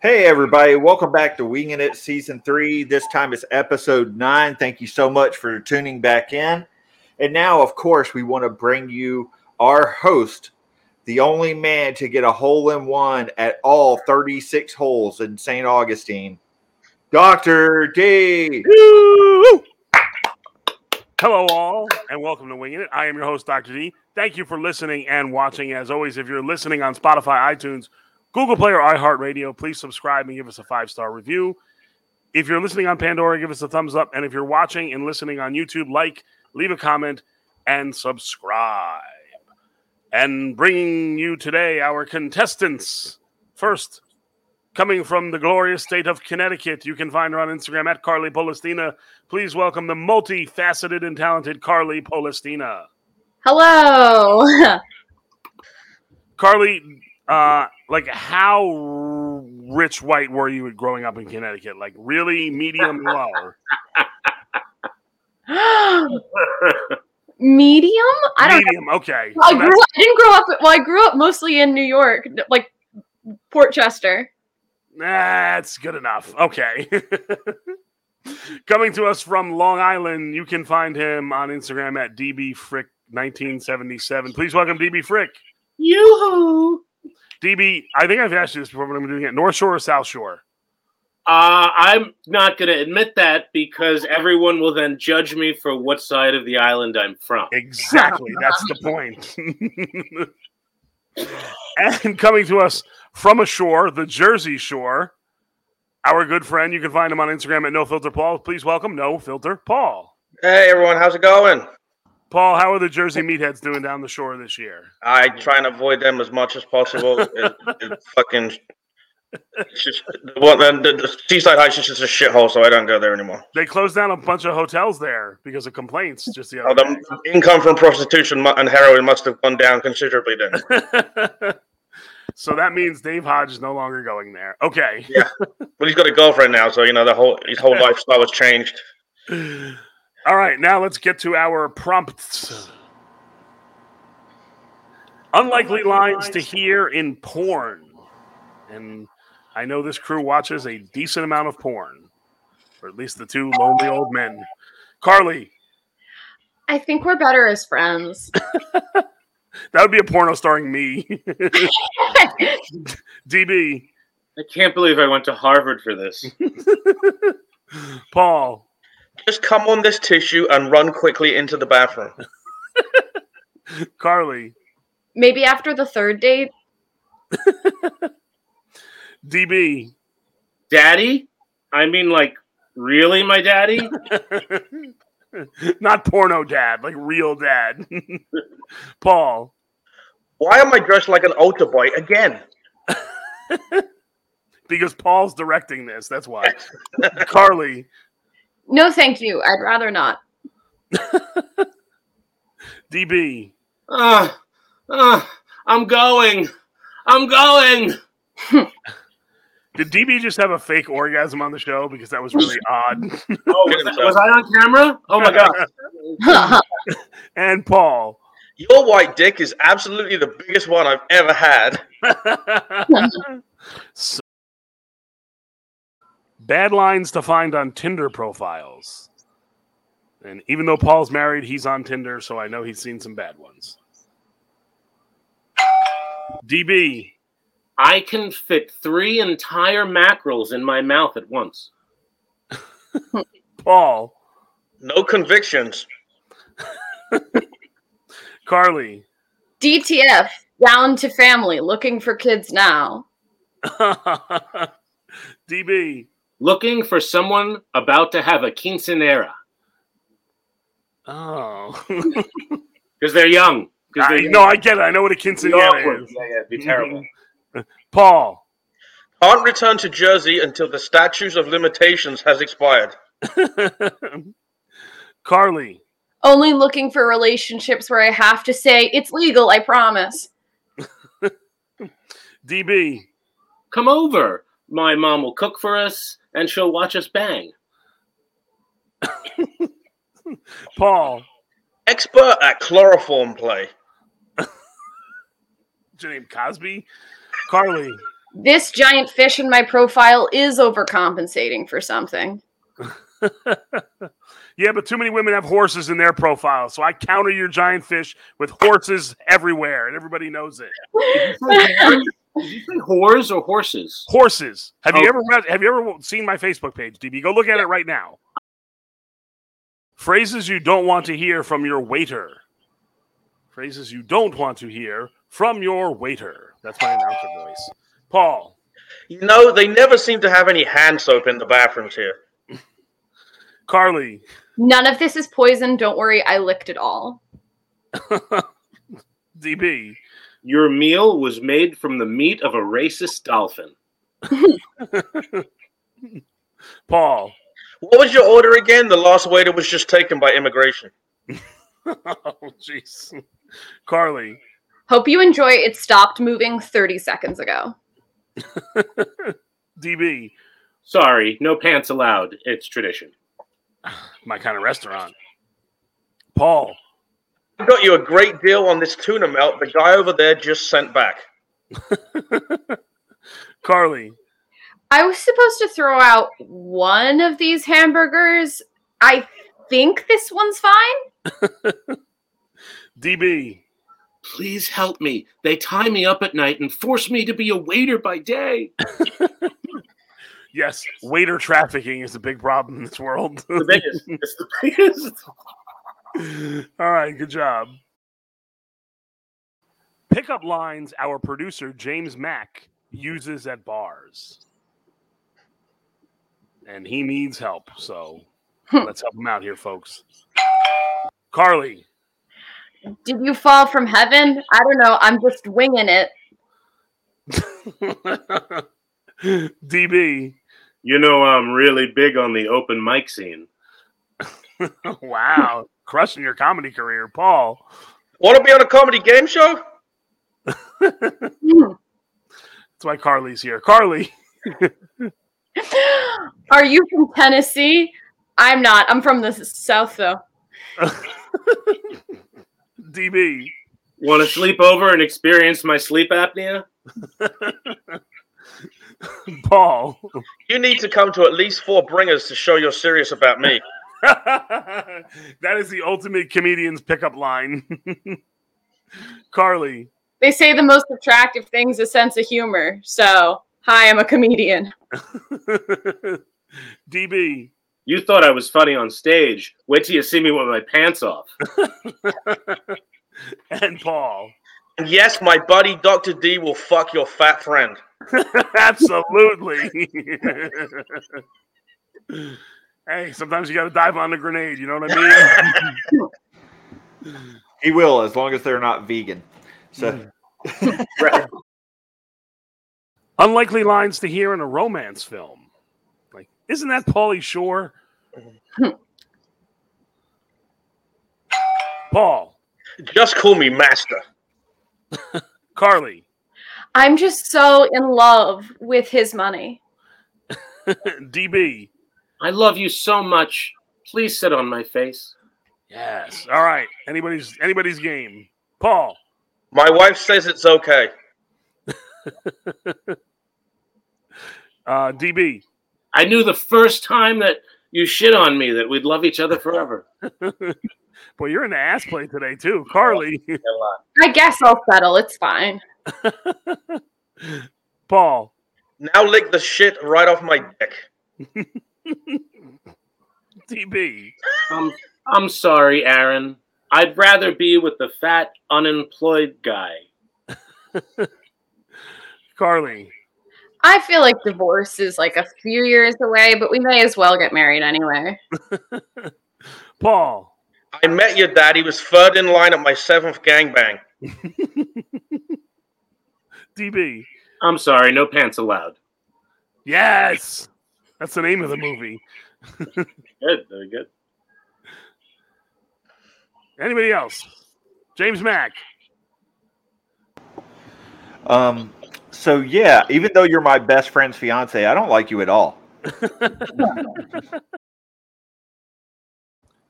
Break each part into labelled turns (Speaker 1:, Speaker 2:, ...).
Speaker 1: Hey, everybody. Welcome back to Winging It Season 3. This time it's episode 9. Thank you so much for tuning back in. And now, of course, we want to bring you our host, the only man to get a hole in one at all 36 holes in St. Augustine, Dr. D.
Speaker 2: Woo! Hello, all, and welcome to Winging It. I am your host, Dr. D. Thank you for listening and watching. As always, if you're listening on Spotify, iTunes, Google Play, or iHeartRadio, please subscribe and give us a five star review. If you're listening on Pandora, give us a thumbs up. And if you're watching and listening on YouTube, like, leave a comment, and subscribe. And bringing you today our contestants. First, coming from the glorious state of Connecticut, you can find her on Instagram at Carly Polestina. Please welcome the multifaceted and talented Carly Polestina.
Speaker 3: Hello.
Speaker 2: Carly, uh, like how r- rich white were you growing up in Connecticut? Like really medium low?
Speaker 3: Medium? I don't
Speaker 2: medium, okay.
Speaker 3: know. I
Speaker 2: So
Speaker 3: grew
Speaker 2: that's-
Speaker 3: up, I didn't grow up well, I grew up mostly in New York, like Port Chester.
Speaker 2: That's good enough. Okay. Coming to us from Long Island, you can find him on Instagram at dbfrick1977. Please welcome DB Frick.
Speaker 4: Yoo-hoo.
Speaker 2: DB, I think I've asked you this before, but I'm doing it. North Shore or South Shore?
Speaker 4: Uh, I'm not going to admit that because everyone will then judge me for what side of the island I'm from.
Speaker 2: Exactly. That's the point. and coming to us from ashore, the Jersey Shore, our good friend. You can find him on Instagram at No Filter Paul. Please welcome No Filter Paul.
Speaker 5: Hey everyone, how's it going?
Speaker 2: Paul, how are the Jersey Meatheads doing down the shore this year?
Speaker 5: I try and avoid them as much as possible. it, it fucking, it's just well, then the, the Seaside Heights is just a shithole, so I don't go there anymore.
Speaker 2: They closed down a bunch of hotels there because of complaints. Just the
Speaker 5: Oh,
Speaker 2: other
Speaker 5: the income from prostitution mu- and heroin must have gone down considerably then.
Speaker 2: day. so that means Dave Hodge is no longer going there. Okay.
Speaker 5: But he's got a girlfriend now, so you know the whole his whole lifestyle has changed.
Speaker 2: All right, now let's get to our prompts. Unlikely lines to hear in porn. And I know this crew watches a decent amount of porn, or at least the two lonely old men. Carly,
Speaker 3: I think we're better as friends.
Speaker 2: that would be a porno starring me. DB,
Speaker 4: I can't believe I went to Harvard for this.
Speaker 2: Paul,
Speaker 5: Just come on this tissue and run quickly into the bathroom.
Speaker 2: Carly,
Speaker 3: Maybe after the third date.
Speaker 2: DB,
Speaker 4: daddy? I mean, like, really, my daddy?
Speaker 2: not porno dad, like real dad. Paul,
Speaker 5: Why am I dressed like an altar boy again?
Speaker 2: because Paul's directing this. That's why. Carly,
Speaker 3: No, thank you. I'd rather not.
Speaker 2: DB,
Speaker 4: Uh, uh, I'm going. I'm going.
Speaker 2: did DB just have a fake orgasm on the show? Because that was really odd.
Speaker 4: Oh, was, that- was I on camera? Oh, my God.
Speaker 2: And Paul.
Speaker 5: Your white dick is absolutely the biggest one I've ever had.
Speaker 2: So- bad lines to find on Tinder profiles. And even though Paul's married, he's on Tinder, so I know he's seen some bad ones. DB,
Speaker 4: I can fit three entire mackerels in my mouth at once.
Speaker 2: Paul,
Speaker 5: No convictions.
Speaker 2: Carly,
Speaker 3: DTF, down to family, looking for kids now.
Speaker 2: DB.
Speaker 4: Looking for someone about to have a quinceanera
Speaker 2: Oh.
Speaker 4: because they're young. 'Cause they're
Speaker 2: I,
Speaker 4: young.
Speaker 2: no, I get it. I know what a quinceanera
Speaker 4: awkward.
Speaker 2: is.
Speaker 4: Yeah, yeah, it'd be terrible.
Speaker 2: Paul,
Speaker 5: Can't return to Jersey until the statutes of limitations has expired.
Speaker 2: Carly,
Speaker 3: Only looking for relationships where I have to say, it's legal, I promise.
Speaker 2: DB,
Speaker 4: Come over. My mom will cook for us and she'll watch us bang.
Speaker 2: Paul,
Speaker 5: Expert at chloroform play.
Speaker 2: what's your name Cosby, Carly,
Speaker 3: this giant fish in my profile is overcompensating for something.
Speaker 2: yeah, but too many women have horses in their profile, so I counter your giant fish with horses everywhere, and everybody knows it.
Speaker 4: Did you say whores or horses?
Speaker 2: Horses. Have
Speaker 4: Oh.
Speaker 2: you ever read, have you ever seen my Facebook page, DB? Go look at it right now. Phrases you don't want to hear from your waiter. Phrases you don't want to hear from your waiter. That's my announcer voice. Paul,
Speaker 5: You know, they never seem to have any hand soap in the bathrooms here.
Speaker 2: Carly,
Speaker 3: None of this is poison. Don't worry, I licked it all.
Speaker 2: DB,
Speaker 4: Your meal was made from the meat of a racist dolphin.
Speaker 2: Paul.
Speaker 5: What was your order again? The last waiter was just taken by immigration.
Speaker 2: oh, jeez. Carly,
Speaker 3: Hope you enjoy. It stopped moving 30 seconds ago.
Speaker 2: DB,
Speaker 4: Sorry, no pants allowed. It's tradition.
Speaker 2: my kind of restaurant. Paul,
Speaker 5: I got you a great deal on this tuna melt. The guy over there just sent back.
Speaker 2: Carly,
Speaker 3: I was supposed to throw out one of these hamburgers. I think this one's fine.
Speaker 2: DB,
Speaker 4: Please help me. They tie me up at night and force me to be a waiter by day.
Speaker 2: Yes, waiter trafficking is a big problem in this world.
Speaker 4: The biggest. It's the biggest.
Speaker 2: All right, good job. Pickup lines our producer James Mack uses at bars. And he needs help, so let's help him out here, folks. Carly,
Speaker 3: Did you fall from heaven? I don't know. I'm just winging it.
Speaker 2: DB,
Speaker 4: You know, I'm really big on the open mic scene.
Speaker 2: wow, crushing your comedy career, Paul.
Speaker 5: Want to be on a comedy game show?
Speaker 3: Hmm.
Speaker 2: That's why Carly's here. Carly,
Speaker 3: Are you from Tennessee? I'm not. I'm from the s- South, though.
Speaker 2: DB,
Speaker 4: Want to sleep over and experience my sleep apnea?
Speaker 2: Paul.
Speaker 5: You need to come to at least four bringers to show you're serious about me.
Speaker 2: that is the ultimate comedian's pickup line. Carly,
Speaker 3: They say the most attractive thing's a sense of humor. So, hi, I'm a comedian.
Speaker 2: DB,
Speaker 4: You thought I was funny on stage. Wait till you see me with my pants off.
Speaker 2: and Paul.
Speaker 5: And yes, my buddy Dr. D will fuck your fat friend.
Speaker 2: Absolutely. hey, sometimes you got to dive on the grenade. You know what I mean?
Speaker 1: He will, as long as they're not vegan. So
Speaker 2: Unlikely lines to hear in a romance film. Like, isn't that Paulie Shore? Paul,
Speaker 5: Just call me master.
Speaker 2: Carly,
Speaker 3: I'm just so in love with his money.
Speaker 2: DB,
Speaker 4: I love you so much. Please sit on my face.
Speaker 2: Yes. All right. Anybody's anybody's game. Paul,
Speaker 5: My wife says it's okay.
Speaker 2: uh, DB,
Speaker 4: I knew the first time that you shit on me that we'd love each other forever.
Speaker 2: boy, you're in the ass play today too. Carly,
Speaker 3: I guess I'll settle. It's fine.
Speaker 2: Paul,
Speaker 5: Now lick the shit right off my dick.
Speaker 2: DB,
Speaker 4: Um, I'm sorry, Aaron. I'd rather be with the fat, unemployed guy.
Speaker 2: Carly,
Speaker 3: I feel like divorce is like a few years away, but we may as well get married anyway.
Speaker 2: Paul,
Speaker 5: I met your dad. He was third in line at my seventh gangbang.
Speaker 2: DB.
Speaker 4: I'm sorry, no pants allowed.
Speaker 2: Yes. That's the name of the movie.
Speaker 4: Good, very good.
Speaker 2: Anybody else? James Mack.
Speaker 1: um so yeah, even though you're my best friend's fiance, I don't like you at all.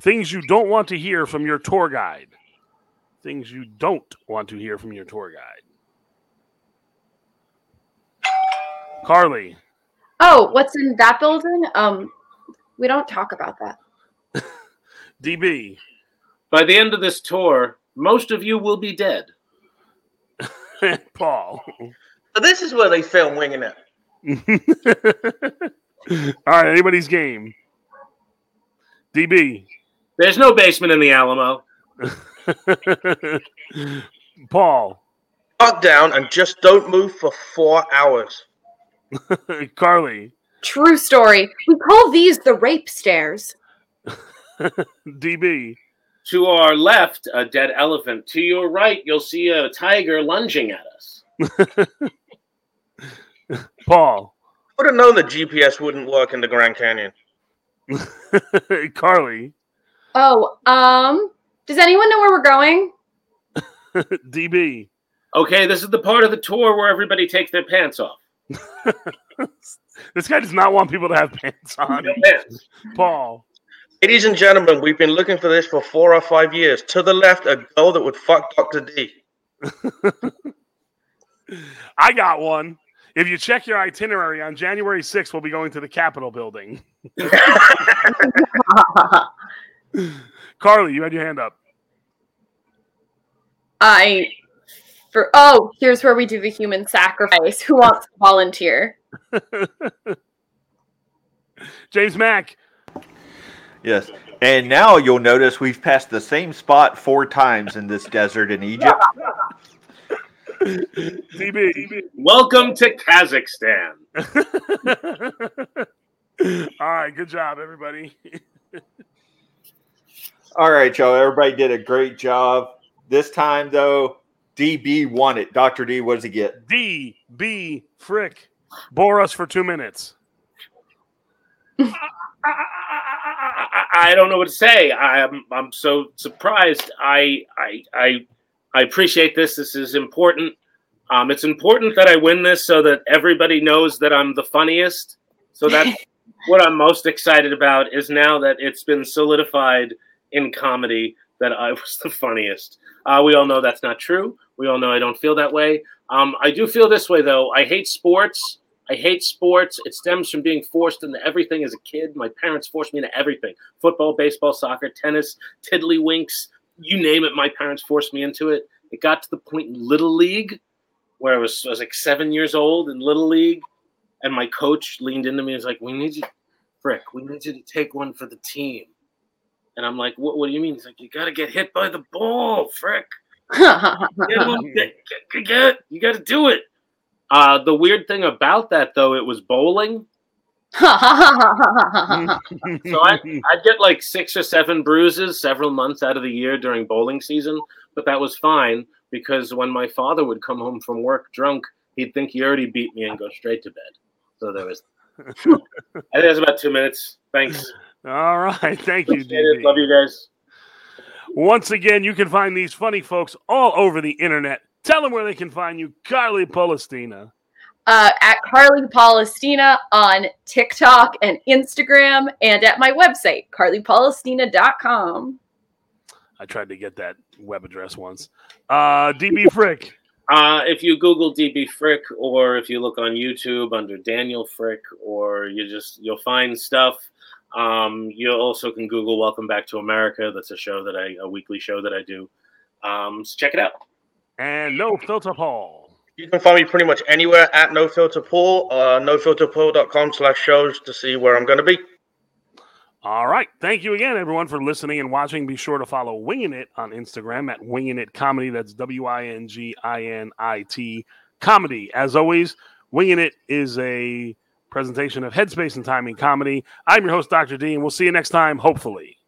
Speaker 2: Things you don't want to hear from your tour guide. Things you don't want to hear from your tour guide. Carly.
Speaker 3: Oh, what's in that building? Um, we don't talk about that.
Speaker 2: DB.
Speaker 4: By the end of this tour, most of you will be dead.
Speaker 2: Paul.
Speaker 5: So this is where they film winging it.
Speaker 2: All right, anybody's game. DB.
Speaker 4: There's no basement in the Alamo.
Speaker 2: Paul.
Speaker 5: Lock down and just don't move for four hours.
Speaker 2: Carly.
Speaker 3: True story. We call these the rape stairs.
Speaker 2: DB.
Speaker 4: To our left, a dead elephant. To your right, you'll see a tiger lunging at us.
Speaker 2: Paul.
Speaker 5: Would have known that GPS wouldn't work in the Grand Canyon.
Speaker 2: Carly.
Speaker 3: Oh, um, does anyone know where we're going?
Speaker 2: DB.
Speaker 4: Okay, this is the part of the tour where everybody takes their pants off.
Speaker 2: this guy does not want people to have pants on.
Speaker 4: No pants.
Speaker 2: Paul.
Speaker 5: Ladies and gentlemen, we've been looking for this for four or five years. To the left, a girl that would fuck Dr. D.
Speaker 2: I got one. If you check your itinerary on January 6th, we'll be going to the Capitol building. Carly, you had your hand up.
Speaker 3: I for oh, here's where we do the human sacrifice. Who wants to volunteer?
Speaker 2: James Mack.
Speaker 1: Yes. And now you'll notice we've passed the same spot four times in this desert in Egypt.
Speaker 2: DB.
Speaker 4: Welcome to Kazakhstan.
Speaker 2: All right, good job, everybody.
Speaker 1: All right, y'all. Everybody did a great job. This time, though, DB won it. Dr. D, what does he get?
Speaker 2: D B Frick bore us for two minutes.
Speaker 4: I, I- I- I don't know what to say. I'm I'm so surprised. I I I, I appreciate this. This is important. Um, it's important that I win this so that everybody knows that I'm the funniest. So that's what I'm most excited about is now that it's been solidified in comedy that I was the funniest. Uh, we all know that's not true. We all know I don't feel that way. Um, I do feel this way though. I hate sports. I hate sports. It stems from being forced into everything as a kid. My parents forced me into everything football, baseball, soccer, tennis, tiddlywinks, you name it. My parents forced me into it. It got to the point in Little League where I was, I was like seven years old in Little League, and my coach leaned into me and was like, We need you, Frick, we need you to take one for the team. And I'm like, What, what do you mean? He's like, You got to get hit by the ball, Frick. Get one, get, get, get, you got to do it. Uh, the weird thing about that, though, it was bowling. So I'd get like six or seven bruises several months out of the year during bowling season, but that was fine because when my father would come home from work drunk, he'd think he already beat me and go straight to bed. So there was. I think that's about two minutes. Thanks.
Speaker 2: All right, thank you,
Speaker 4: Appreciate it.
Speaker 2: DB.
Speaker 4: Love you guys.
Speaker 2: Once again, you can find these funny folks all over the internet. Tell them where they can find you, Carly Polestina.
Speaker 3: uh, at Carly Palestina on TikTok and Instagram and at my website, carlypalestina.com.
Speaker 2: I tried to get that web address once. Uh, DB Frick.
Speaker 4: Uh, if you Google DB Frick, or if you look on YouTube under Daniel Frick, or you just you'll find stuff. Um, you also can Google "Welcome Back to America." That's a show that I a weekly show that I do. Um, so check it out.
Speaker 2: And no filter Paul.
Speaker 5: You can find me pretty much anywhere at No Filter Paul, uh, nofilterpaul.com slash shows to see where I'm going to be.
Speaker 2: All right. Thank you again, everyone, for listening and watching. Be sure to follow Winging It on Instagram at Winging It Comedy. That's W I N G I N I T Comedy. As always, Winging It is a presentation of Headspace and Timing Comedy. I'm your host, Dr. D, and we'll see you next time, hopefully.